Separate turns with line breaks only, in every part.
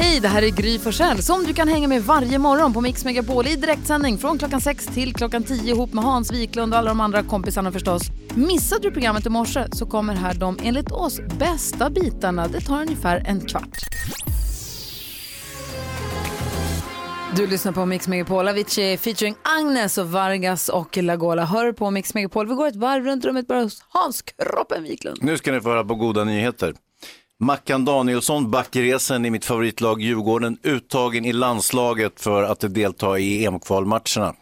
Hej, det här är Gry Forssell som du kan hänga med varje morgon på Mix Megapol i direktsändning från klockan 6 till klockan 10 ihop med Hans Wiklund och alla de andra kompisarna förstås. Missade du programmet i morse så kommer här de enligt oss bästa bitarna. Det tar ungefär en kvart. Du lyssnar på Mix Megapol, Avicii featuring Agnes och Vargas och Lagola. Hör på Mix Megapol. Vi går ett varv runt rummet bara hos Hans Kroppen Wiklund.
Nu ska ni få höra på goda nyheter. Mackan Danielsson, backresen i mitt favoritlag Djurgården, uttagen i landslaget för att delta i EM-kvalmatcherna.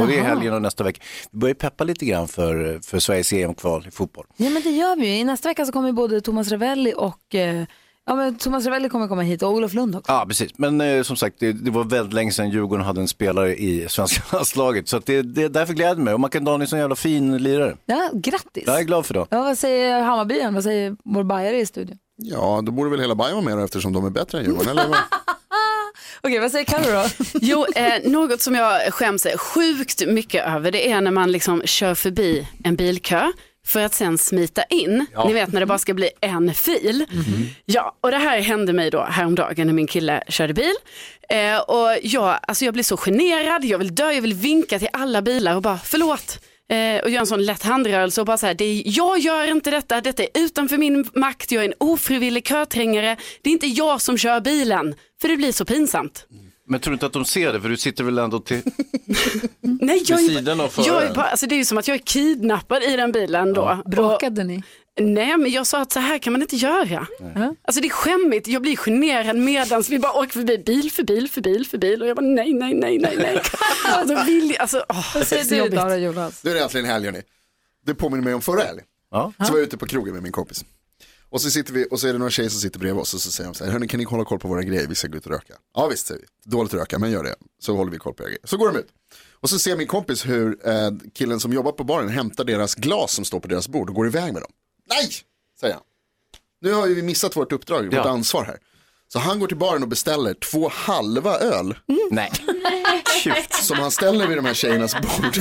Och det är
Aha.
helgen och nästa vecka. Vi börjar peppa lite grann för, för Sveriges EM-kval i fotboll.
Ja men det gör vi ju. I nästa vecka så kommer både Thomas Ravelli och eh, ja, men Thomas Ravelli kommer komma hit och Olof Lund också.
Ja, precis. Men eh, som sagt, det, det var väldigt länge sedan Djurgården hade en spelare i svenska landslaget. Så att det, det, därför gläder det mig. Och Mackan Danielsson är en jävla fin lirare.
Ja, grattis.
Jag är glad för det.
Ja, vad säger Hammarbyen? Vad säger vår bajare i studion?
Ja, då borde väl hela Bayern vara med då, eftersom de är bättre än Djurgården, eller? vad?
Okej, vad säger Carro då?
Jo, eh, något som jag skäms sjukt mycket över det är när man liksom kör förbi en bilkö för att sen smita in. Ni vet när det bara ska bli en fil. Ja, och det här hände mig då häromdagen när min kille körde bil. Eh, och jag, alltså jag blir så generad, jag vill dö, jag vill vinka till alla bilar och bara förlåt. Eh, och göra en sån lätt handrörelse och bara så här, det är, jag gör inte detta, detta är utanför min makt, jag är en ofrivillig köträngare, det är inte jag som kör bilen, för det blir så pinsamt.
Men tror du inte att de ser det? För du sitter väl ändå till...
Nej, jag
Vid
är,
sidan av
jag är
föraren.
bara, alltså det är ju som att jag är kidnappad i den bilen då. Och,
Bråkade ni?
nej, men jag sa att så här kan man inte göra. Alltså det är skämmigt, jag blir generad medans vi bara åker förbi bil för bil för bil för bil och jag bara nej, nej, nej, nej, nej. alltså, vill, jag- alltså, åh,
Vad säger
så
du
jobbigt.
Dara Jonas?
Nu är det äntligen helg, hörni. Det påminner mig om förra helgen.
Ja.
Så var jag ute på krogen med min kompis. Och så sitter vi, och så är det några tjejer som sitter bredvid oss och så säger de så här, hörni kan ni hålla koll på våra grejer, vi ska gå ut och röka. Ja visst säger vi, dåligt att röka men gör det, så håller vi koll på era grejer. Så går de ut. Och så ser min kompis hur eh, killen som jobbar på baren hämtar deras glas som står på deras bord och går iväg med dem. Nej, säger han. Nu har ju vi missat vårt uppdrag, vårt
Ja.
ansvar här. Så han går till baren och beställer två halva öl
Nej. Tjut.
som han ställer vid de här tjejernas bord.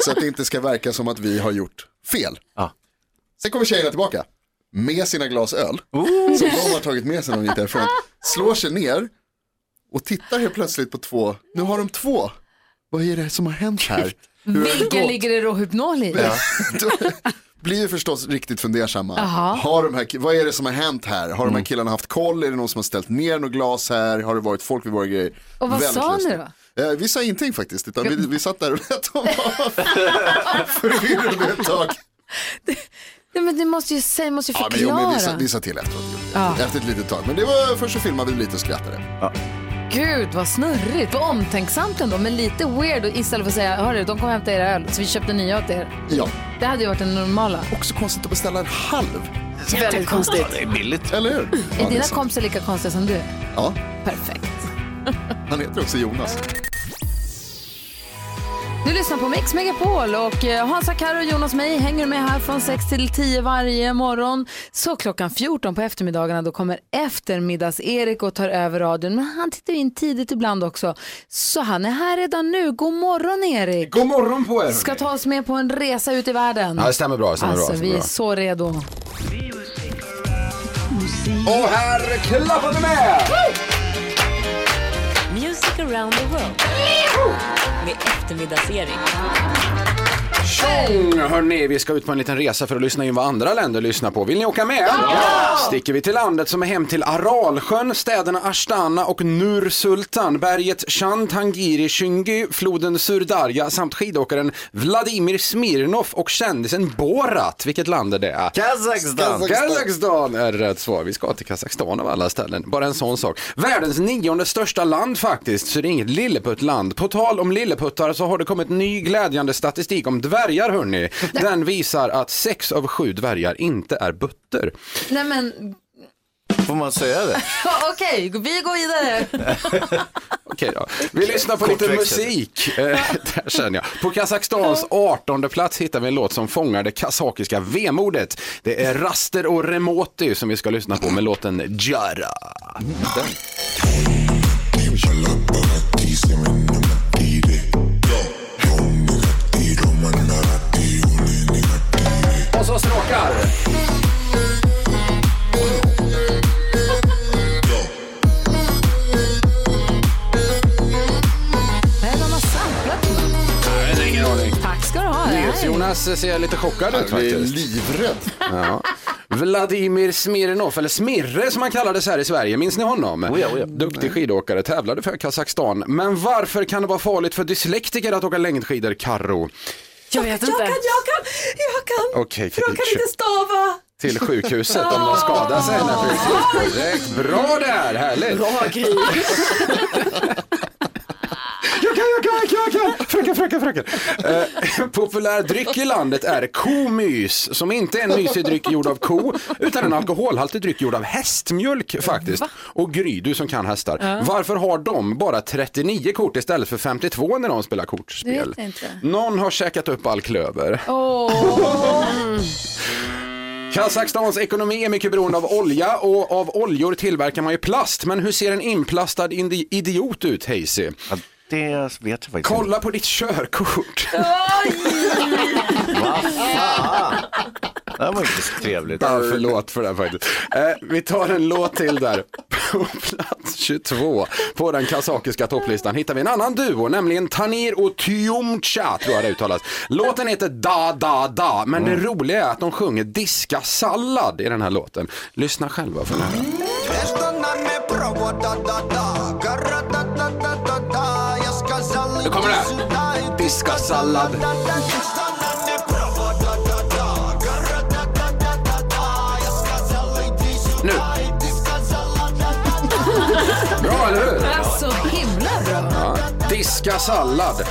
Så att det inte ska verka som att vi har gjort fel.
Ja.
Sen kommer tjejerna tillbaka med sina glas öl. Som de har tagit med sig när de gick därifrån. Slår sig ner och tittar helt plötsligt på två. Nu har de två. Vad är det som har hänt här? Hur har det
Vilken
gått?
ligger det Rohypnol i?
Ja. Då blir ju förstås riktigt fundersamma.
Jaha.
Har de här, vad är det som har hänt här? Har de här killarna haft koll? Är det någon som har ställt ner något glas här? Har det varit folk vid våra grejer?
Och vad sa ni
lustiga. Eh, vi sa ingenting faktiskt, utan vi, vi satt där och lät dem vara förvirrade ett tag.
Nej, men ni måste ju säga, måste ju
Ja, men, jo, men
förklara.
vi, sa, vi sa till efteråt.
Ja.
Efter ett litet tag. Men det var först så filmade vi lite och skrattade.
Gud, vad snurrigt. Vad omtänksamt ändå, men lite weird och istället för att säga, hörru, de kommer hämta era öl, så vi köpte nya åt er.
Ja,
Det hade ju varit den normala.
också konstigt att beställa en halv,
Väldigt konstigt.
Det är billigt.
eller hur? Ja,
Är
det
dina
så.
kompisar lika konstiga som du? är?
Ja,
Perfekt.
han heter också Jonas.
Du lyssnar på Mix Megapol och eh, Hansa, Karo och Jonas mig hänger med här från 6 till 10 varje morgon. Så klockan 14 på eftermiddagarna då kommer eftermiddags-Erik och tar över radion. Men han tittar in tidigt ibland också. Så han är här redan nu. God morgon Erik!
God morgon på er!
Ska ta oss med på en resa ut i världen.
Ja, det stämmer bra. Det stämmer
alltså
bra, det
vi är
stämmer
så redo.
bra. Och här klappar vi med!
Music around the world. Med eftermiddagsserie.
Tjong! Hörrni, Mm, vi ska ut på en liten resa för att lyssna in vad andra länder lyssnar på. Vill ni åka med? Ja! Sticker vi till landet som är hem till Aralsjön, städerna Ashtana och Nur-Sultan, berget Shantangiri Shingy, floden Surdarya samt skidåkaren Vladimir Smirnov och kändisen Borat. Vilket land är det?
Kazakstan.
Kazakstan är rätt svar. Vi ska till Kazakstan av alla ställen. Bara en sån sak. Världens nionde största land faktiskt, så det är inget lilleputtland. På tal om lilleputtar så har det kommit ny glädjande statistik om dvärgar hörni. Den visar att sex av sju dvärgar inte är butter.
Nej men,
Får man säga det?
Okej, vi går vidare.
Okej då. Vi lyssnar på lite
Kortväxel.
musik. Eh, Där känner jag. På Kazakstans 18 plats hittar vi en låt som fångar det kazakiska vemodet. Det är Raster och Remoti som vi ska lyssna på med låten Jara. Och så stråkar.
Nej, de har samplat. Tack ska du ha. Nej.
Jonas ser lite chockad ut
Jag är
faktiskt.
livrädd.
Ja. Vladimir Smirnov, eller Smirre som han kallades här i Sverige, minns ni honom?
Oja, oja.
Duktig skidåkare, tävlade för Kazakstan. Men varför kan det vara farligt för dyslektiker att åka längdskidor, Karro?
Jag vet inte.
kan, jag kan.
Okej,
För de kan inte stava.
till sjukhuset om de skadar sig. Nej, precis. Korrekt. Bra där, härligt. Bra Gry. Jag kan, jag kan, jag kan! Fröken, fröken, fröken! Eh, populär dryck i landet är komys, som inte är en mysig dryck gjord av ko, utan en alkoholhaltig dryck gjord av hästmjölk faktiskt. Och Gry, du som kan hästar, varför har de bara 39 kort istället för 52 när de spelar
Det
kortspel?
vet jag inte.
Någon har käkat upp all klöver. Kazakstans ekonomi är mycket beroende av olja och av oljor tillverkar man ju plast. Men hur ser en inplastad indi- idiot ut, Hazy?
Ja, det vet jag faktiskt inte.
Kolla på ditt körkort.
Det här var inte så trevligt.
Ja, förlåt för det här faktiskt. Eh, vi tar en låt till där. På plats 22 på den kazakiska topplistan hittar vi en annan duo, nämligen Tanir och Tyumcha tror jag det uttalas. Låten heter Da Da Da, men det roliga är att de sjunger diska sallad i den här låten. Lyssna själva för den här. Nu kommer det här. Diska sallad. Nu. Bra, eller hur?
Så Alltså, himla bra.
Diska sallad.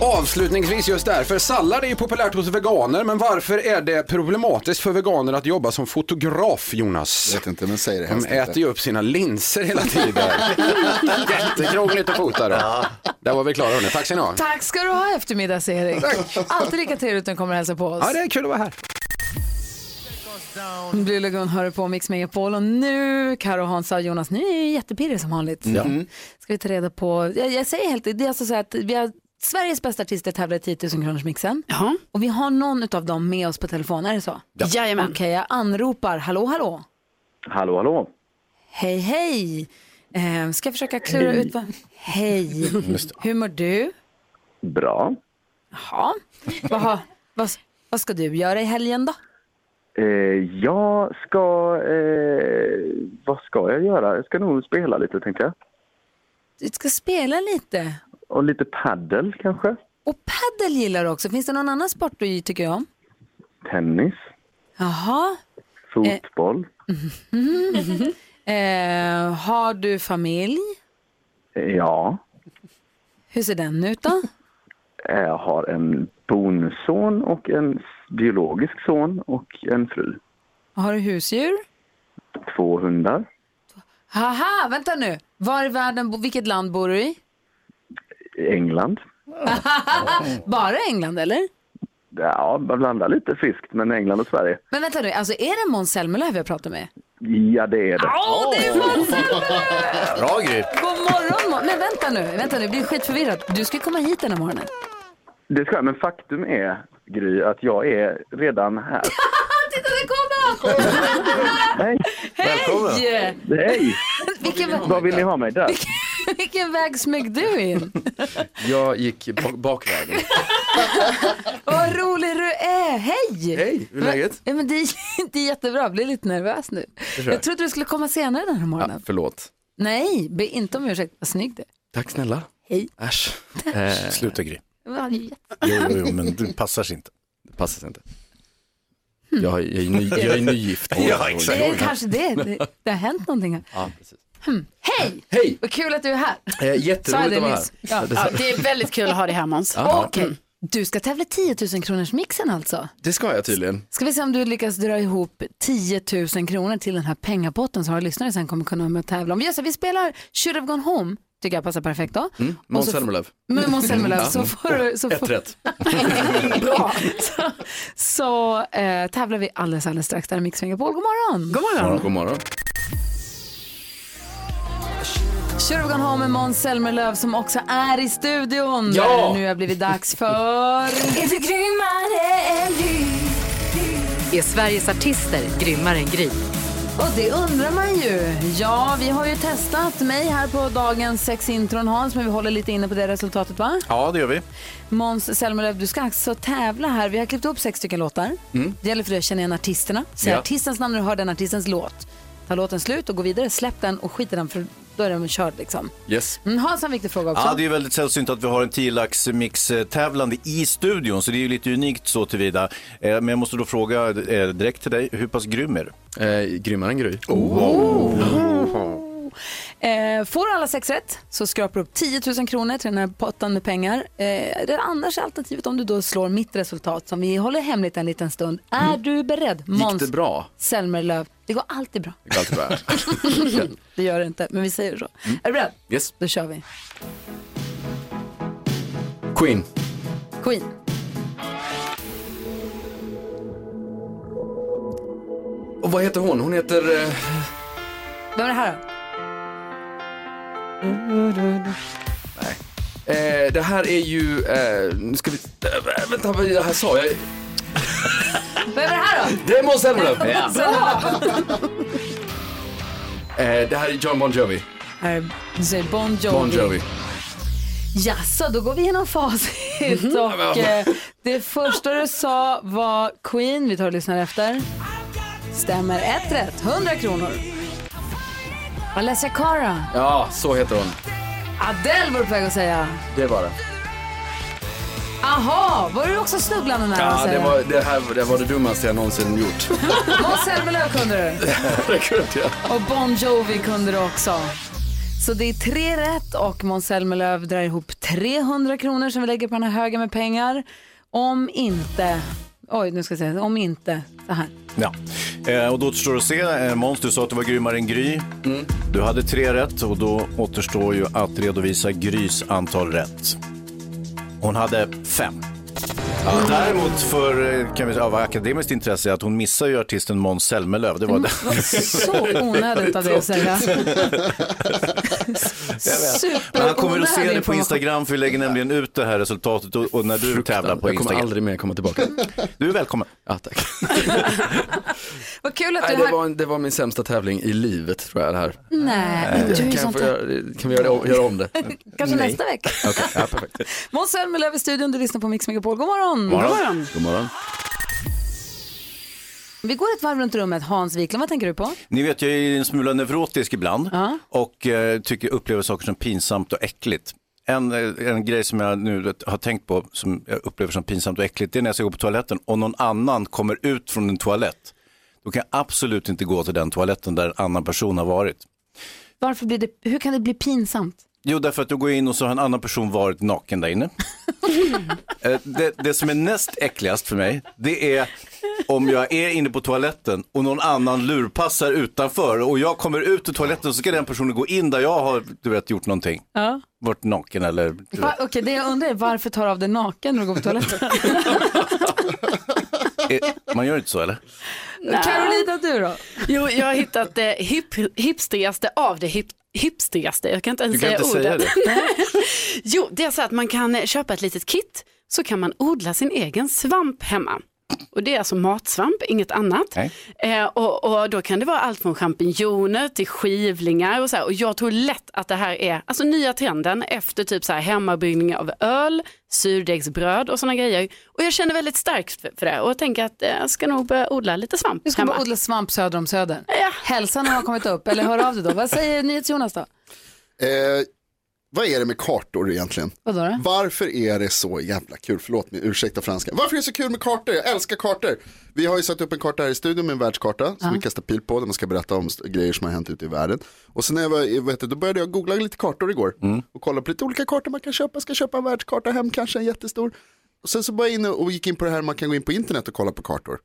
Avslutningsvis just därför, sallad är ju populärt hos veganer, men varför är det problematiskt för veganer att jobba som fotograf, Jonas?
Jag vet inte, men säg det
De
helst
äter
inte.
ju upp sina linser hela tiden. Jättekrångligt att fota då. Där var vi klara hörni, tack ska ni ha.
Tack ska du ha eftermiddags-Erik. Alltid lika trevligt när du kommer och hälsar på oss.
Ja, det är kul att vara här.
Blue Lagoon hör på Mix Megapol och nu, Karo, Hansa och Jonas, ni är ju jättepirriga som vanligt. Mm. Ska vi ta reda på, jag, jag säger helt, det är alltså så här att vi har Sveriges bästa artister tävlar i 10 000 kronors mixen.
Jaha.
Och vi har någon av dem med oss på telefon, är det så?
Jajamän.
Okej, jag anropar, hallå hallå,
Hallå, hallå.
hej hej. Eh, ska jag försöka klura ut vad...
Mm.
Hej, hur mår du?
Bra.
Jaha, vad, har- vad, vad ska du göra i helgen då?
Eh, jag ska... Eh, vad ska jag göra? Jag ska nog spela lite, tänkte jag.
Du ska spela lite.
Och lite paddel kanske.
Och padel gillar du också, finns det någon annan sport du tycker om?
Tennis.
Jaha,
Fotboll.
Eh, har du familj?
Eh, Ja.
Hur ser den ut då?
Eh, Jag har en bonusson och en s- biologisk son och en fru.
Har du husdjur?
Två hundar.
Haha, vänta nu. Var i världen, bo- vilket land bor du i?
I England.
Bara England eller?
Ja, man blandar lite friskt, men England och Sverige.
Men vänta nu, alltså är det Måns Zelmerlöw jag pratar med?
Ja, det är det.
Åh, det är Måns Zelmerlöw!
Bra Gry.
God morgon Måns! Nej vänta nu, vänta nu, jag blir skitförvirrad. Du ska komma hit den här morgonen.
Det ska jag, men faktum är, Gry, att jag är redan här.
Titta, där kom han!
Hej!
Välkommen.
Yeah.
Hej!
Vilken, vä-
Vad vill ni ha mig där?
vilken väg smög du in?
Jag gick bak- bakvägen.
Vad rolig du är! Hej!
Hej, hur är läget?
Ja, men det, är, det är jättebra, jag blir lite nervös nu. Jag trodde du skulle komma senare den här morgonen.
Ja, förlåt.
Nej, be inte om ursäkt. Vad snygg du är.
Tack snälla.
Hej.
Äsch. Eh,
Sluta Gry.
Det var
Mm.
jätte-
Jo, jo, jo, men du passar sig inte.
det passar sig inte. Jag, har- jag, är, ny, jag är nygift.
Ja, exakt.
Det är kanske det. det. Det har hänt någonting här. Hmm.
Ja, precis.
Hej!
Hej!
Vad kul att du är här.
Eh,
Sa jag
jätteroligt
det
att vara här.
nyss? Ja.
Ja, det är väldigt kul att ha dig här Måns.
Ja.
Okej, Du ska tävla i 10 000 kronors mixen alltså.
Det ska jag tydligen.
Ska vi se om du lyckas dra ihop 10 000 kronor till den här pengapotten som våra lyssnare sen kommer kunna vara med och tävla om. Vi, gör så här, vi spelar Should have gone home, tycker jag passar perfekt då.
Mm.
Och så-
Måns Zelmerlöw.
Men Måns Zelmerlöw, så
Mm.
får du- så får-
Ett rätt.
Bra. så så eh, tävlar vi alldeles, alldeles strax. Där är Mix Megapol. God morgon! God
God morgon.
Should have gone home med Måns Zelmerlöw som också är i studion.
Ja!
Där det nu har blivit dags för...
Är du grymmare än du?
Är Sveriges artister grymmare än Gry?
Och det undrar man ju. Ja, vi har ju testat mig här på dagens sex intron Hans, men vi håller lite inne på det resultatet va?
Ja, det gör vi.
Måns Zelmerlöw, du ska alltså tävla här. Vi har klippt upp sex stycken låtar.
Mm.
Det gäller för dig att känna igen artisterna. Säg
Ja.
artistens namn när du hör den artistens låt. Ta låten slut och gå vidare, släpp den och skit i den för då är den körd liksom.
Yes.
Mm, Hans har en viktig fråga också.
Ja, det är ju väldigt sällsynt att vi har en 10 mix tävlande i studion, så det är ju lite unikt så tillvida. Eh, Men jag måste då fråga eh, direkt till dig, hur pass grym är du?
Eh, grymmare än Gry.
Oh.
Eh, får du alla sex rätt så skrapar du upp 10 000 kronor till den här potten med pengar. Eh, det är annars är alternativet om du då slår mitt resultat som vi håller hemligt en liten stund. Är du beredd?
Mm. Gick
Måns
det bra?
Zelmerlöw. Det går alltid bra.
Det går alltid bra. Mm.
det gör det inte, men vi säger så. Är du beredd?
Yes.
Då kör vi.
Queen.
Queen,
Och vad heter hon? Hon heter... Eh...
vem är det här då?
Eh, det här är ju, eh, nu ska vi, eh, vänta vad det här sa jag?
Vem är det här då?
Det är Måns Zelmerlöw!
Ja.
Eh, det här är John Bon Jovi.
Här är Eh, Bon Jovi.
Bon Jovi.
Jaså, då går vi igenom facit.
Mhm.
Och, eh, det första du sa var Queen. Vi tar och lyssnar efter. Stämmer ett rätt. 100 kronor. Alessia Cara.
Ja, så heter hon.
Adele var du på väg att säga.
Det var det.
Aha, var du också snubblande nära att
Ja, det
säga?
var det, här, det var det dummaste jag någonsin gjort.
Måns Zelmerlöw kunde
det kunde jag.
du. Och Bon Jovi kunde du också. Så det är tre rätt och Måns Zelmerlöw drar ihop 300 kronor som vi lägger på den här högen med pengar. Om inte... Oj, nu ska jag säga om inte så här.
Ja. Eh, Och då återstår att se, eh, Måns, du sa att du var grymmare än Gry. Du hade tre rätt och då återstår ju att redovisa Grys antal rätt. Hon hade fem. Däremot för eh, kan vi, säga, av akademiskt intresse att hon missar ju artisten Måns Zelmerlöw.
Mm.
Det var det.
Så onödigt av dig att säga.
Men han kommer att
Superonödig
se det på
information.
Instagram för vi lägger nämligen ut det här resultatet och, och när du tävlar på
Jag kommer
Instagram.
aldrig mer komma tillbaka.
Du är välkommen.
Ja, tack.
Vad kul att du
Nej,
är
det,
här.
var, en- det var min sämsta tävling i livet tror jag det här.
Nej, du är
kan,
ju
jag
sånt
få
där.
göra, kan vi göra, om- göra om det?
Kanske
Nej.
nästa vecka.
Okej, ja, perfekt.
Måns Zelmerlöw i studion, du lyssnar på Mix Megapol. God morgon!
God morgon.
Vi går ett varv runt rummet. Hans Wiklund, vad tänker du på?
Ni vet, jag är en smula neurotisk ibland och eh, tycker upplever saker som pinsamt och äckligt. En, eh, en grej som jag nu vet, har tänkt på som jag upplever som pinsamt och äckligt det är när jag ska gå på toaletten och någon annan kommer ut från en toalett. Då kan jag absolut inte gå till den toaletten där en annan person har varit.
Varför blir det, hur kan det bli pinsamt?
Jo, därför att du går in och så har en annan person varit naken där inne. Eh, det, det som är näst äckligast för mig, det är om jag är inne på toaletten och någon annan lurpassar utanför och jag kommer ut ur toaletten så ska den personen gå in där jag har du vet, gjort någonting.
Ja.
Varit naken eller... du
Va, okej, det jag undrar är varför tar du av dig naken när du går på toaletten?
vet. Eh, Man gör inte så eller?
Carolina, du då?
Jo, jag har hittat det hip, hipstrigaste av det hip, hipstrigaste. Jag kan inte ens
Du kan
säga
inte säga
ordet. jo, det är så att man kan eh, köpa ett litet kit så kan man odla sin egen svamp hemma. Och det är alltså matsvamp, inget annat. Eh, och, och då kan det vara allt från champinjoner till skivlingar och så här. Och jag tror lätt att det här är alltså nya trenden efter typ så här hemmabryggning av öl, surdegsbröd och sådana grejer. Och jag känner väldigt starkt för, för det och jag tänker att eh, jag ska nog börja odla lite svamp
Du ska bara odla svamp söder om Söder. Hälsan har kommit upp, eller hör av dig då. Vad säger NyhetsJonas då?
Eh, vad är det med kartor egentligen?
Vadå då?
Varför är det så jävla kul? Förlåt mig, ursäkta franskan. Varför är det så kul med kartor? Jag älskar kartor. Vi har ju satt upp en karta här i studion med en världskarta som
Ja.
vi kastar pil på där man ska berätta om st- grejer som har hänt ute i världen. Och sen när jag var, i- vet du, då började jag googla lite kartor igår och kolla på lite olika kartor man kan köpa. Jag ska köpa en världskarta hem, kanske en jättestor. Och sen så var jag inne och gick in på det här man kan gå in på internet och kolla på kartor.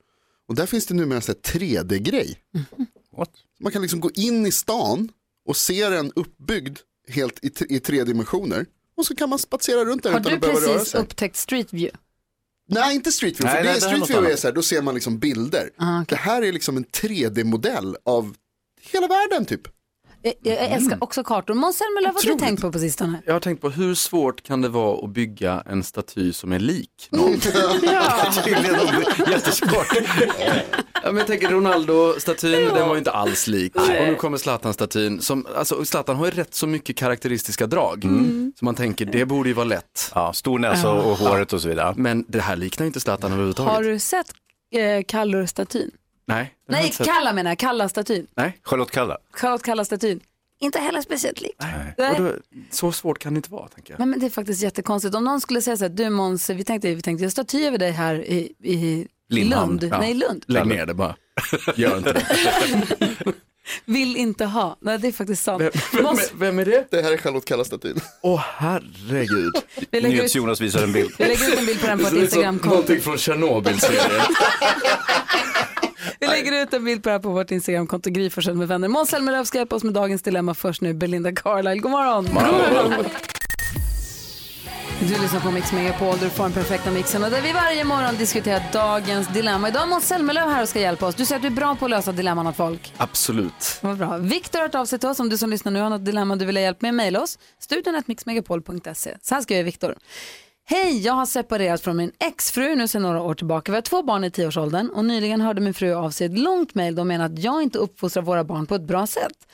Och där finns det numera en sån här 3D-grej. Så Man kan liksom gå in i stan och se den uppbyggd helt i, t- i tre dimensioner. Och så kan man spatsera runt där
Har
utan
du
att behöva röra
precis
sig.
upptäckt Street View?
Nej, inte Street View.
Nej,
för det
nej,
är
det här är något
Street View är
annat.
så här, då ser man liksom bilder.
Ah,
Det här är liksom en 3D-modell av hela världen typ.
Eh, Jag,
Mm.
jag älskar också kartor. Måns Zelmerlöw, vad har du tänkt på på sistone?
Jag har tänkt på hur svårt kan det vara att bygga en staty som är lik
Ja.
Tydligen jättesvårt. Ja, men jag tänker Ronaldo-statyn, den var ju inte alls lik.
Nej.
Och nu kommer Zlatan-statyn. Som, alltså, Zlatan har ju rätt så mycket karaktäristiska drag.
Mm.
Så man tänker, det borde ju vara lätt.
Ja, stor näsa
och- och
håret och så vidare.
Men det här liknar ju inte Zlatan överhuvudtaget.
Har du sett eh, Kallur-statyn?
Nej. den har jag
Nej,
inte sett.
Kalla menar jag. Kalla-statyn.
Nej.
Charlotte Kalla.
Charlotte Kalla-statyn. Inte heller speciellt lik. Nej.
Och då, så svårt kan det inte vara, tänker jag.
Nej, men det är faktiskt jättekonstigt. Om någon skulle säga så här, du Måns, vi tänkte, vi tänkte göra staty över dig här i, i
Lindhamn.
Lund.
Ja.
Nej, Lund.
Lägg ner det bara. Gör inte det.
Vill inte ha. Nej, det är faktiskt sant. Måns,
är det?
Det här är Charlotte Kalla-statyn.
Åh herregud.
Vi lägger ut- NyhetsJonas
visar en bild.
Vi lägger ut en bild på den på ett
Det ser ut som
Instagramkonto.
Någonting från Tjernobyl-serien.
vi lägger ut en bild på det här på vårt Instagramkonto, Gry Forssell med vänner. Måns Zelmerlöw ska hjälpa oss med dagens dilemma. Först nu Belinda Carlisle. God morgon. Du lyssnar på Mix Megapol, där du får den perfekta mixen och där vi varje morgon diskuterar dagens dilemma. Idag är Måns Zelmerlöw här och ska hjälpa oss. Du säger att du är bra på att lösa dilemman åt folk.
Absolut.
Vad bra. Viktor har hört av sig till oss om du som lyssnar nu har något dilemma du vill ha hjälp med. Mejla oss, studion mixmegapol.se. Så här skriver Viktor. Hej, jag har separerat från min exfru nu sedan några år tillbaka. Vi har två barn i tioårsåldern och nyligen hörde min fru av sig ett långt mejl. De menar att jag inte uppfostrar våra barn på ett bra sätt.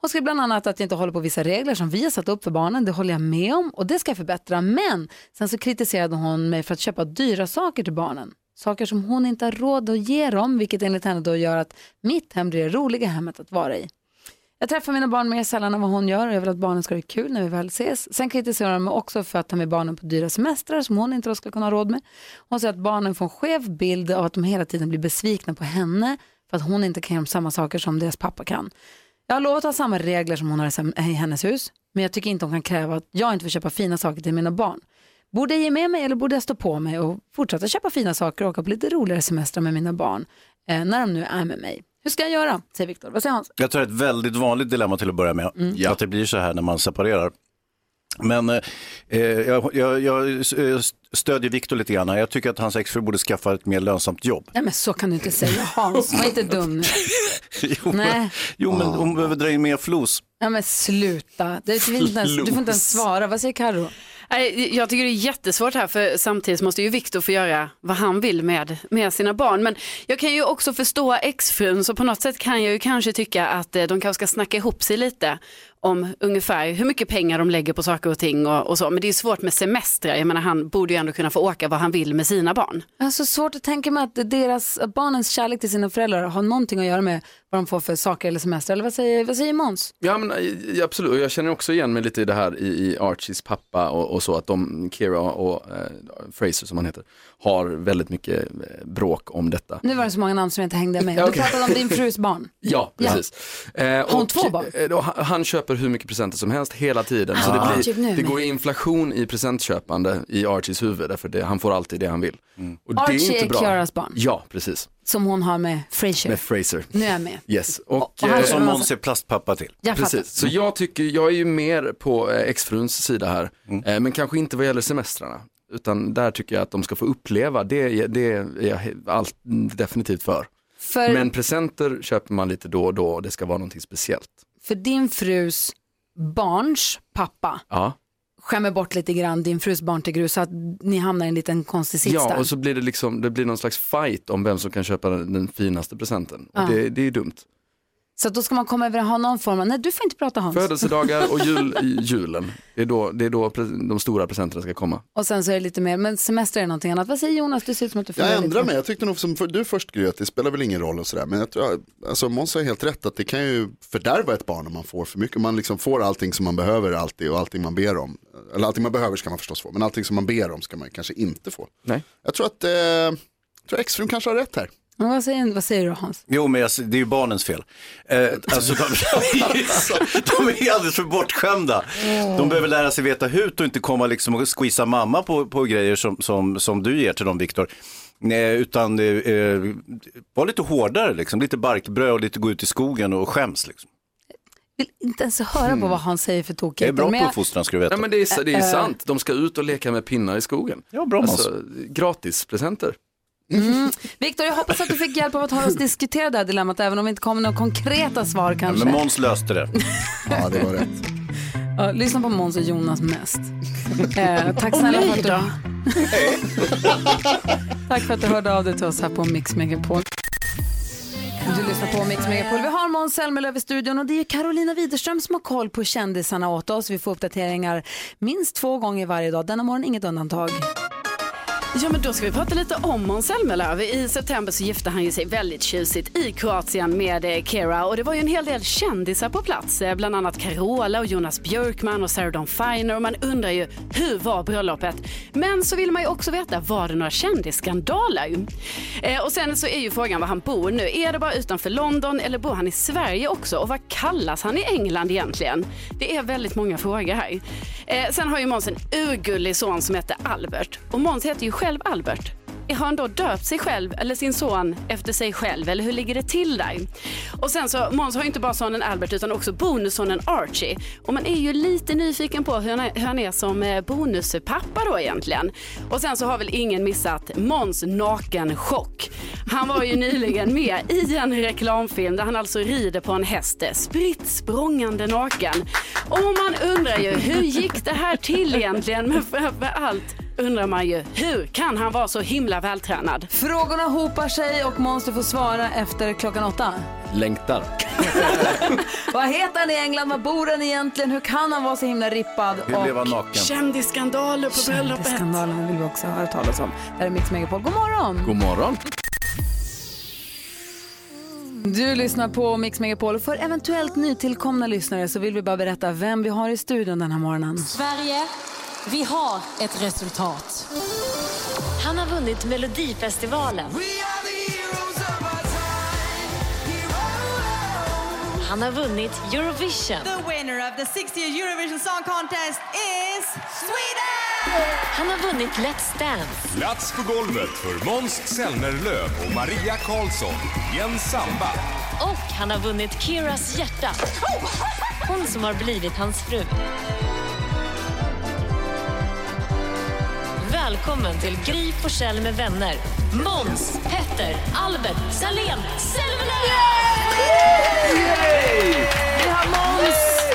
Hon skrev bland annat att jag inte håller på vissa regler som vi har satt upp för barnen. Det håller jag med om och det ska jag förbättra. Men sen så kritiserade hon mig för att köpa dyra saker till barnen. Saker som hon inte har råd att ge dem, vilket enligt henne då gör att mitt hem blir det roliga hemmet att vara i. Jag träffar mina barn mer sällan än vad hon gör och jag vill att barnen ska ha det kul när vi väl ses. Sen kritiserar hon mig också för att ta med barnen på dyra semestrar som hon inte då ska kunna ha råd med. Hon säger att barnen får en skev bild av att de hela tiden blir besvikna på henne för att hon inte kan ge dem samma saker som deras pappa kan. Jag har lovat att ha samma regler som hon har i sem- i hennes hus, men jag tycker inte hon kan kräva att jag inte får köpa fina saker till mina barn. Borde jag ge med mig eller borde jag stå på mig och fortsätta köpa fina saker och åka på lite roligare semestrar med mina barn eh, när de nu är med mig? Hur ska jag göra? säger Viktor. Vad säger Hans?
Jag tror det är ett väldigt vanligt dilemma till att börja med, att det blir så här när man separerar. Men eh, eh, jag, jag, jag eh, stödjer Viktor lite grann. här. Jag tycker att hans exfru borde skaffa ett mer lönsamt jobb.
Nej men så kan du inte säga Hans, var inte dum nu.
jo,
Nej.
jo, men hon behöver dra in mer flos.
Ja men sluta, du, du, vill inte ens, du får inte ens svara. Vad säger Karo?
Nej, Jag tycker det är jättesvårt här för samtidigt måste ju Viktor få göra vad han vill med, med sina barn. Men jag kan ju också förstå exfrun så på något sätt kan jag ju kanske tycka att eh, de kanske ska snacka ihop sig lite om ungefär hur mycket pengar de lägger på saker och ting och, och så. Men det är ju svårt med semestrar, jag menar han borde ju ändå kunna få åka vad han vill med sina barn.
Jag har så Alltså, svårt att tänka mig att deras, att barnens kärlek till sina föräldrar har någonting att göra med vad de får för saker eller semester. Eller vad säger, vad säger Måns?
Ja men eh, absolut, och jag känner också igen mig lite i det här i, i Archies pappa och, och så att de, Kira och eh, Fraser som han heter, har väldigt mycket eh, bråk om detta.
Nu var det så många namn som jag inte hängde med.
Ja,
Du
okej.
pratade om din frus barn.
Ja,
Ja.
precis. Eh,
hon
och,
två barn?
eh, då, han, han köper hur mycket presenter som helst hela tiden. Så
Ah.
det,
Typ nu
blir, det
med.
går ju inflation i presentköpande i Archies huvud, därför det, han får alltid det han vill. Och
Mm. Archie
det är, inte
är
bra.
Kiaras barn.
Ja, precis.
Som hon har med Frasier.
Med Fraser.
Nu är jag med.
Yes. Och,
och han
eh,
som Måns
är plastpappa till.
Jag fattar.
Precis, så jag tycker, jag är ju mer på eh, exfruns sida här, eh, men kanske inte vad gäller semestrarna. Utan där tycker jag att de ska få uppleva, det, det är jag he- allt, mm, definitivt för.
För-
Men presenter köper man lite då och då och det ska vara någonting speciellt.
För din frus barns pappa
Ja.
skämmer bort lite grann din frus barn till grus så att ni hamnar i en liten konstig sits
Ja,
där.
och så blir det liksom, det blir någon slags fight om vem som kan köpa den, den finaste presenten.
Ja.
Och det, det är ju dumt.
Så att då ska man komma över och ha någon form av, nej du får inte prata Hans.
Födelsedagar och jul, i julen, det är då, det är då pre- de stora presenterna ska komma.
Och sen så är det lite mer, men semester är någonting annat. Vad säger Jonas? Du ser ut som att du
Jag
funderar
ändrar
lite.
mig, jag tyckte nog som för, du först Gry att det spelar väl ingen roll och sådär. Men jag tror, alltså Måns har helt rätt att det kan ju fördärva ett barn om man får för mycket. Om Man liksom får allting som man behöver alltid och allting man ber om. Eller allting man behöver ska man förstås få, men allting som man ber om ska man kanske inte få.
Nej.
Jag tror att eh, jag tror exfrun kanske har rätt här.
Men vad, säger, vad säger du Hans?
Jo, men jag, det är ju barnens fel. Eh, alltså, de, de är alldeles för bortskämda. De behöver lära sig veta hut och inte komma liksom och squeeza mamma på, på grejer som, som, som du ger till dem, Viktor. Nej, utan eh, var lite hårdare, liksom. lite barkbröd och lite gå ut i skogen och skäms. Liksom.
Vill inte ens höra på vad Hans säger för tokigt.
Jag Mm. är bra
Men
på
jag-
uppfostran, ska du veta.
Ja, men det är, det är
Eh,
sant, de ska ut och leka med pinnar i skogen. Alltså,
Ja, bra
Gratispresenter.
Mm. Viktor, jag hoppas att du fick hjälp av att höra oss diskutera det här dilemmat, även om vi inte kommer med några konkreta svar
Ja,
kanske.
men Måns löste det.
ja, det var rätt.
Ja, lyssna på Måns och Jonas mest. Eh, tack
Och
snälla
mig
för att du... tack för att du hörde av dig till oss här på Mix Megapol. Du lyssnar på Mix Megapol. Vi har Måns Zelmerlöw i studion och det är Carolina Widerström som har koll på kändisarna åt oss. Vi får uppdateringar minst två gånger varje dag. Denna morgon inget undantag.
Ja, men då ska vi prata lite om Måns Zelmerlöw. I september så gifte han ju sig väldigt tjusigt i Kroatien med eh, Kera och det var ju en hel del kändisar på plats, eh, bland annat Carola och Jonas Björkman och Sarah Dawn Finer och man undrar ju hur var bröllopet? Men så vill man ju också veta, var det några kändisskandaler? Eh, och sen så är ju frågan var han bor nu. Är det bara utanför London eller bor han i Sverige också? Och vad kallas han i England egentligen? Det är väldigt många frågor här. Eh, sen har ju Måns en urgullig son som heter Albert. Och Måns heter ju själv Albert. Har han då döpt sig själv eller sin son efter sig själv? Eller hur ligger det till där? Och sen så, Måns har ju inte bara sonen Albert utan också bonussonen Archie. Och man är ju lite nyfiken på hur han är, hur han är som eh, bonuspappa då egentligen. Och sen så har väl ingen missat Måns nakenchock. Han var ju nyligen med i en reklamfilm där han alltså rider på en häst, spritt språngande naken. Och man undrar ju, hur gick det här till egentligen? Men framför allt undrar man ju, hur kan han vara så himla vältränad?
Frågorna hopar sig och Måns du får svara efter klockan åtta.
Längtar.
Vad heter han i England? Var bor han egentligen? Hur kan han vara så himla rippad?
Hur blev han naken?
Kändisskandaler på bröllopet.
Kändisskandalerna vill vi också höra talas om. Det här är Mix Megapol. God morgon!
God morgon.
Du lyssnar på Mix Megapol. För eventuellt nytillkomna lyssnare så vill vi bara berätta vem vi har i studion den här morgonen.
Sverige, vi har ett resultat. Han har vunnit Melodifestivalen. Han har vunnit Eurovision.
winner of the 60th Eurovision Song Contest is Sweden!
Han har vunnit Let's Dance.
Plats på golvet för Måns Zelmerlöw och Maria Karlsson i en samba.
Och han har vunnit Kiras hjärta. Hon som har blivit hans fru. Välkommen till Gry Forssell med vänner. Måns, Petter, Albert, Salén, Selmerlöw!
Vi har Måns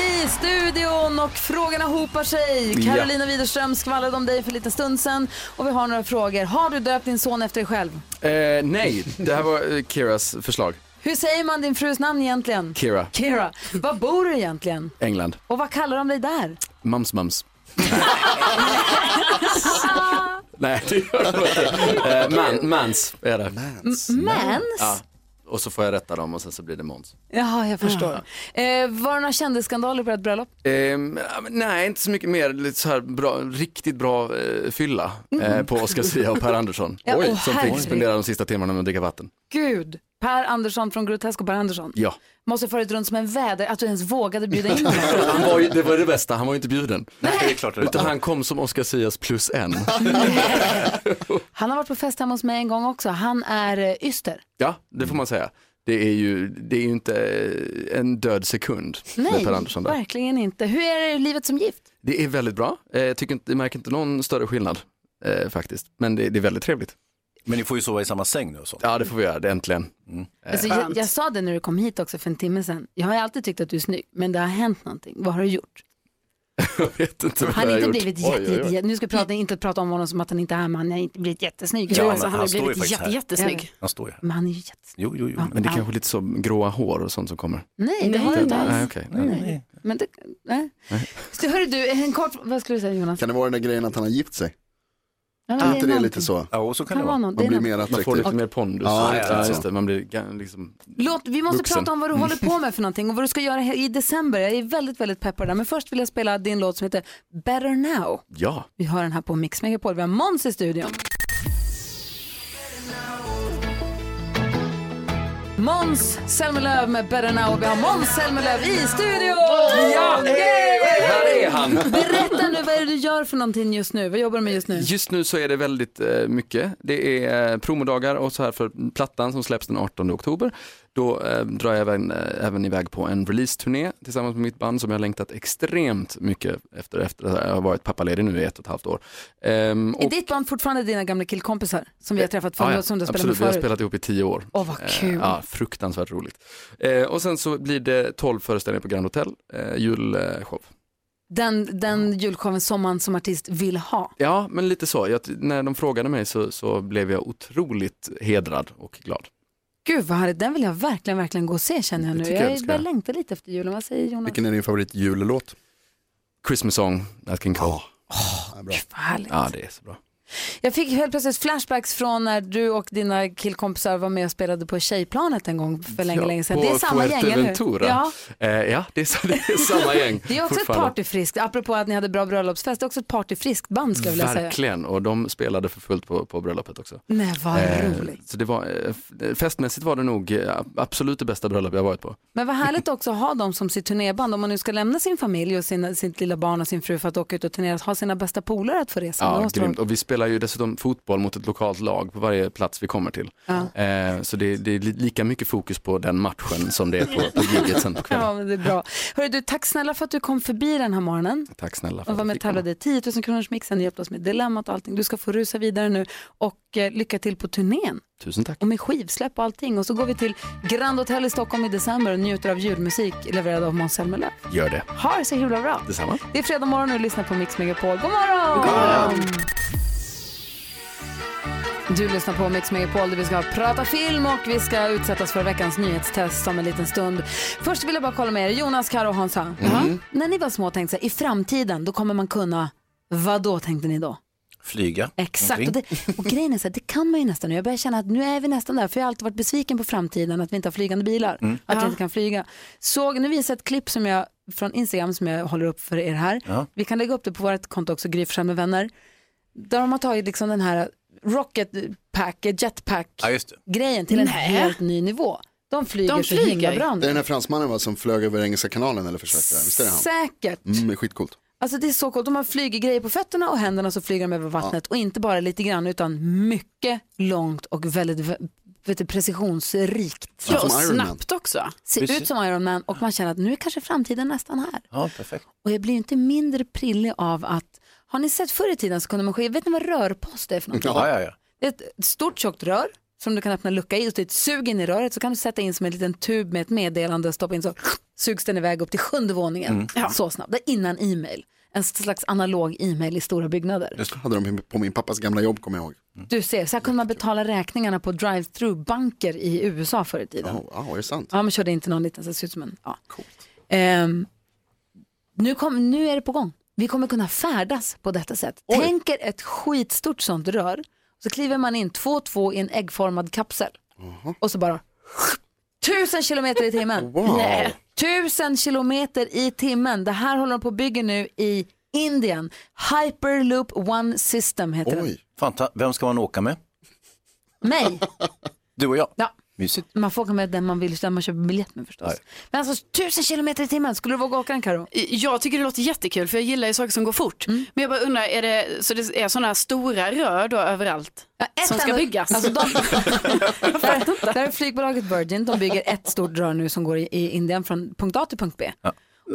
i studion och frågorna hopar sig.
Ja.
Carolina Widerström skvallrade om dig för lite stund sedan och vi har några frågor. Har du döpt din son efter dig själv?
Eh, nej, det här var eh, Kiras förslag.
Hur säger man din frus namn egentligen?
Kira,
Kira. Var bor du egentligen?
England.
Och vad kallar de dig där?
Mums mums. Nej, det gör det inte. Eh, man, mans är det. Mans?
M- mans?
Ja. Och så får jag rätta dem och sen så blir det Måns.
Jaha, jag förstår. Eh, var det några kändiskanaler på ert bröllop?
Ehm, ja, men nej, inte så mycket mer. Lite så här bra, riktigt bra eh, fylla eh, på Oscar Zia och Per Andersson.
Mm. Ja, åh,
som
herregud.
fick spendera de sista timmarna med att dricka vatten.
Gud, Per Andersson från Grotesco Per Andersson.
Ja,
Måste ha farit runt som en väder, att du ens vågade bjuda in honom.
han var ju, det var det bästa, han var ju inte bjuden. Nej,
det är klart det
Utan han kom som Oscar Zias plus en.
Han har varit på fest hemma hos mig en gång också. Han är eh, yster.
Ja, det får man säga. Det är ju, det är ju inte eh, en död sekund med
Nej,
Per Andersson där.
verkligen inte. Hur är det i livet som gift?
Det är väldigt bra. Eh, Jag tycker inte, jag märker inte någon större skillnad eh, faktiskt. Men det, det är väldigt trevligt.
Men ni får ju sova i samma säng nu och sånt.
Ja, det får vi göra. Det, äntligen. Eh,
Alltså, jag, jag sa det när du kom hit också för en timme sedan. Jag har ju alltid tyckt att du är snygg, men det har hänt någonting. Vad har du gjort?
vet inte vad
Han
jag
har
har
inte
gjort.
blivit jätte, jätte, jätte, nu ska vi prata, inte prata om honom som att han inte är här, men han har inte blivit jättesnygg.
Ja, Jo, men alltså, han han har står ju blivit faktiskt jätte- här. jättesnygg.
Jag vet.
Han står ju här.
Men han är ju jätte...
Jo, jo, jo.
Men det är kanske lite så gråa hår och sånt som kommer.
Nej, det har du inte
Nej,
alls.
okej.
Nej. Men det, nej. Så hörru du, en kort, vad skulle du säga Jonas?
Kan det vara den där grejen att han har gift sig?
Ja, men
Är
det
inte
är
det
någonting.
lite så?
Ja, och så
kan Kan det vara vara. någon- det
Man
är
blir
någon-
mer
Man får
attraktiv.
lite mer pondus.
Ja,
Ja,
lite
just
så.
det. Man blir ga- liksom...
Låt, vi måste
Vuxen.
prata om
Mm.
vad du håller på med för någonting och vad du ska göra he- i december. Jag är väldigt, väldigt peppad där. Men först vill jag spela din låt som heter Better Now.
Ja.
Vi har den här på Mix Megapol. Vi har Måns i studion. Måns Zelmerlöw med Better Now. Och vi har Måns Zelmerlöw i studion!
Ja, hej, här är han.
Berätta nu, vad är det du gör för någonting just nu? Vad jobbar du med just nu?
Just nu så är det väldigt eh, mycket. Det är eh, promodagar och så här för plattan som släpps den 18 oktober. Då eh, drar jag även, eh, även iväg på en releaseturné tillsammans med mitt band som jag har längtat extremt mycket efter. efter att jag har varit pappaledig nu i ett och ett halvt år. Ehm,
Är ditt band fortfarande dina gamla killkompisar som vi har träffat förut,
Ja, ja,
som du har spelat med
Absolut, vi har
förut?
spelat ihop i tio år.
Åh, vad kul.
Eh, ja, fruktansvärt roligt. Eh, och sen så blir det 12 föreställningar på Grand Hotel, eh, julshow.
Den, den julshowen som man som artist vill ha.
Ja, men lite så. Jag, när de frågade mig så, så blev jag otroligt hedrad och glad.
Gud vad härligt, den vill jag verkligen, verkligen gå och se känner jag nu.
tycker
Jag,
jag vi ska
börjar
göra.
längta lite efter julen, vad säger Jonas?
är din favorit jullåt? Christmas song, Nat King Cole.
Gud, vad härligt.
Ja, det är så bra.
Jag fick helt plötsligt flashbacks från när du och dina killkompisar var med och spelade på Tjejplanet en gång för länge,
Ja,
länge sedan.
på
Det är samma gäng, eller hur?
Fuerteventura.
Ja.
Eh, ja, det är, sa- det är samma gäng.
Det är också ett
fortfarande.
partyfriskt, apropå att ni hade bra bröllopsfest, det är också ett partyfriskt band skulle jag vilja säga.
Verkligen, och de spelade för fullt på, på bröllopet också.
Nej, vad
Eh,
roligt.
Så det var, eh, f- festmässigt var det nog eh, absolut det bästa bröllop jag varit på.
Men vad härligt också att ha dem som sitt turnéband, om man nu ska lämna sin familj och sina, sitt lilla barn och sin fru för att åka ut och turnera, att ha sina bästa polare att få resa med. Det
Ja,
måste vara-
grymt. Och vi spelar ju dessutom fotboll mot ett lokalt lag på varje plats vi kommer till.
Ja.
Eh, så det, det är li- lika mycket fokus på den matchen som det är på, på giget sen på kvällen.
Ja, men det är bra. Hörru, du, tack snälla för att du kom förbi den här morgonen.
Tack snälla för
Och var
att
med och
jag fick komma.
tävlade i 10 000 kronors mixen, hjälpte oss med dilemmat och allting. Du ska få rusa vidare nu och eh, lycka till på turnén.
Tusen tack.
Och med skivsläpp och allting. Och så går vi till Grand Hotel i Stockholm i december och njuter av julmusik levererad av Måns Zelmerlöw.
Gör det.
Ha det så himla bra.
Detsamma.
Det är fredag morgon och du lyssnar på Mix Megapol. God morgon!
God morgon!
Du lyssnar på Mix Megapol där vi ska prata film och vi ska utsättas för veckans nyhetstest om en liten stund. Först vill jag bara kolla med er, Jonas, Karo och Hansa.
Mm.
När ni var små tänkte jag, i framtiden då kommer man kunna, vad då tänkte ni då?
Flyga.
Exakt, och,
omkring.
det, och grejen är så här, det kan man ju nästan nu. Jag börjar känna att nu är vi nästan där, för jag har alltid varit besviken på framtiden, att vi inte har flygande bilar,
Mm.
att vi
Ja.
inte kan flyga. Såg, nu visar jag ett klipp som jag, från Instagram som jag håller upp för er här.
Ja.
Vi kan lägga upp det på vårt konto också, Gry Forssell med vänner. Där de har tagit liksom den här rocket pack, jetpack
Ja, just det.
grejen till en
Nej.
helt ny nivå. De flyger,
De
så himla
flyger.
bra
Det är
nu.
den här fransmannen va, som flög över Engelska kanalen eller försökte det? Visst är det han?
Säkert.
Mm, det är skitcoolt.
Alltså det är så coolt, de har flyger grejer på fötterna och händerna så flyger de över vattnet och inte bara lite grann utan mycket långt och väldigt vä- vet du, precisionsrikt.
Ja, och snabbt också.
Ser ut som Iron Man och man känner att nu är kanske framtiden nästan här.
Ja, perfekt.
Och jag blir ju inte mindre prillig av att, har ni sett förr i tiden så kunde man skicka, vet ni vad rörpost är för någonting?
Ja, ja, ja.
Det är ett stort tjockt rör som du kan öppna en lucka i och det är ett sug in i röret så kan du sätta in som en liten tub med ett meddelande och stoppa in så sugs den iväg upp till sjunde våningen
Mm. Ja.
så snabbt. Det är innan e-mail. En slags analog e-mail i stora byggnader.
Det hade de på min pappas gamla jobb kommer jag ihåg.
Du ser, så här kunde man betala räkningarna på drive-through-banker i USA förr i tiden.
Ja, oh, är det sant?
Ja, man körde inte någon liten, så det ser ut som en, ja. Ehm, nu, kom, nu är det på gång. Vi kommer kunna färdas på detta sätt. Tänk er ett skitstort sånt rör. Så kliver man in två och två i en äggformad kapsel. Och så bara tusen kilometer i timmen.
Wow. Nej.
Tusen kilometer i timmen. Det här håller de på och bygger nu i Indien. Hyperloop One System heter det.
Oj. Fanta, vem ska man åka med?
Mig.
Du och jag?
Ja.
Mysigt.
Man får åka med den man vill, den man köper biljett med förstås. Men alltså tusen kilometer i timmen, skulle du våga åka den Karo?
Jag tycker det låter jättekul för jag gillar ju saker som går fort.
Mm.
Men jag bara undrar, är det, så det är sådana stora rör då överallt som ska
enda-
byggas?
alltså, Där är flygbolaget Virgin, de bygger ett stort rör nu som går i, i Indien från punkt A till punkt B.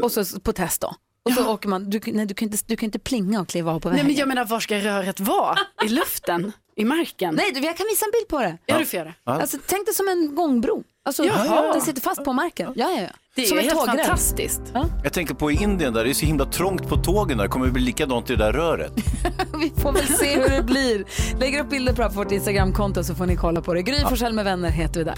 Och så s- på test då. Och så åker man, du, nej, du, kan inte, du kan inte plinga och kliva av på
Nej
vägen.
men jag menar var ska röret vara? I luften? I marken?
Nej, du, jag kan visa en bild på det.
Ja, du får göra det.
Alltså, tänk dig som en gångbro. Alltså,
Jaha.
Den sitter fast på marken. Ja, ja, ja.
Det är
som
ju
en
helt
tågräls.
fantastiskt.
Ja,
Jag tänker på i Indien där, det är så himla trångt på tågen där. Det kommer bli likadant i det där röret.
vi får väl se hur det blir. Lägger upp bilder på det här på vårt Instagramkonto så får ni kolla på det. Gry
Ja.
Forssell med vänner heter vi där.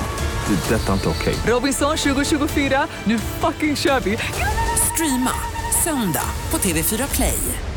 Det är detta inte okej.
Robinson 2024, nu fucking kör vi! Streama söndag på TV4 Play.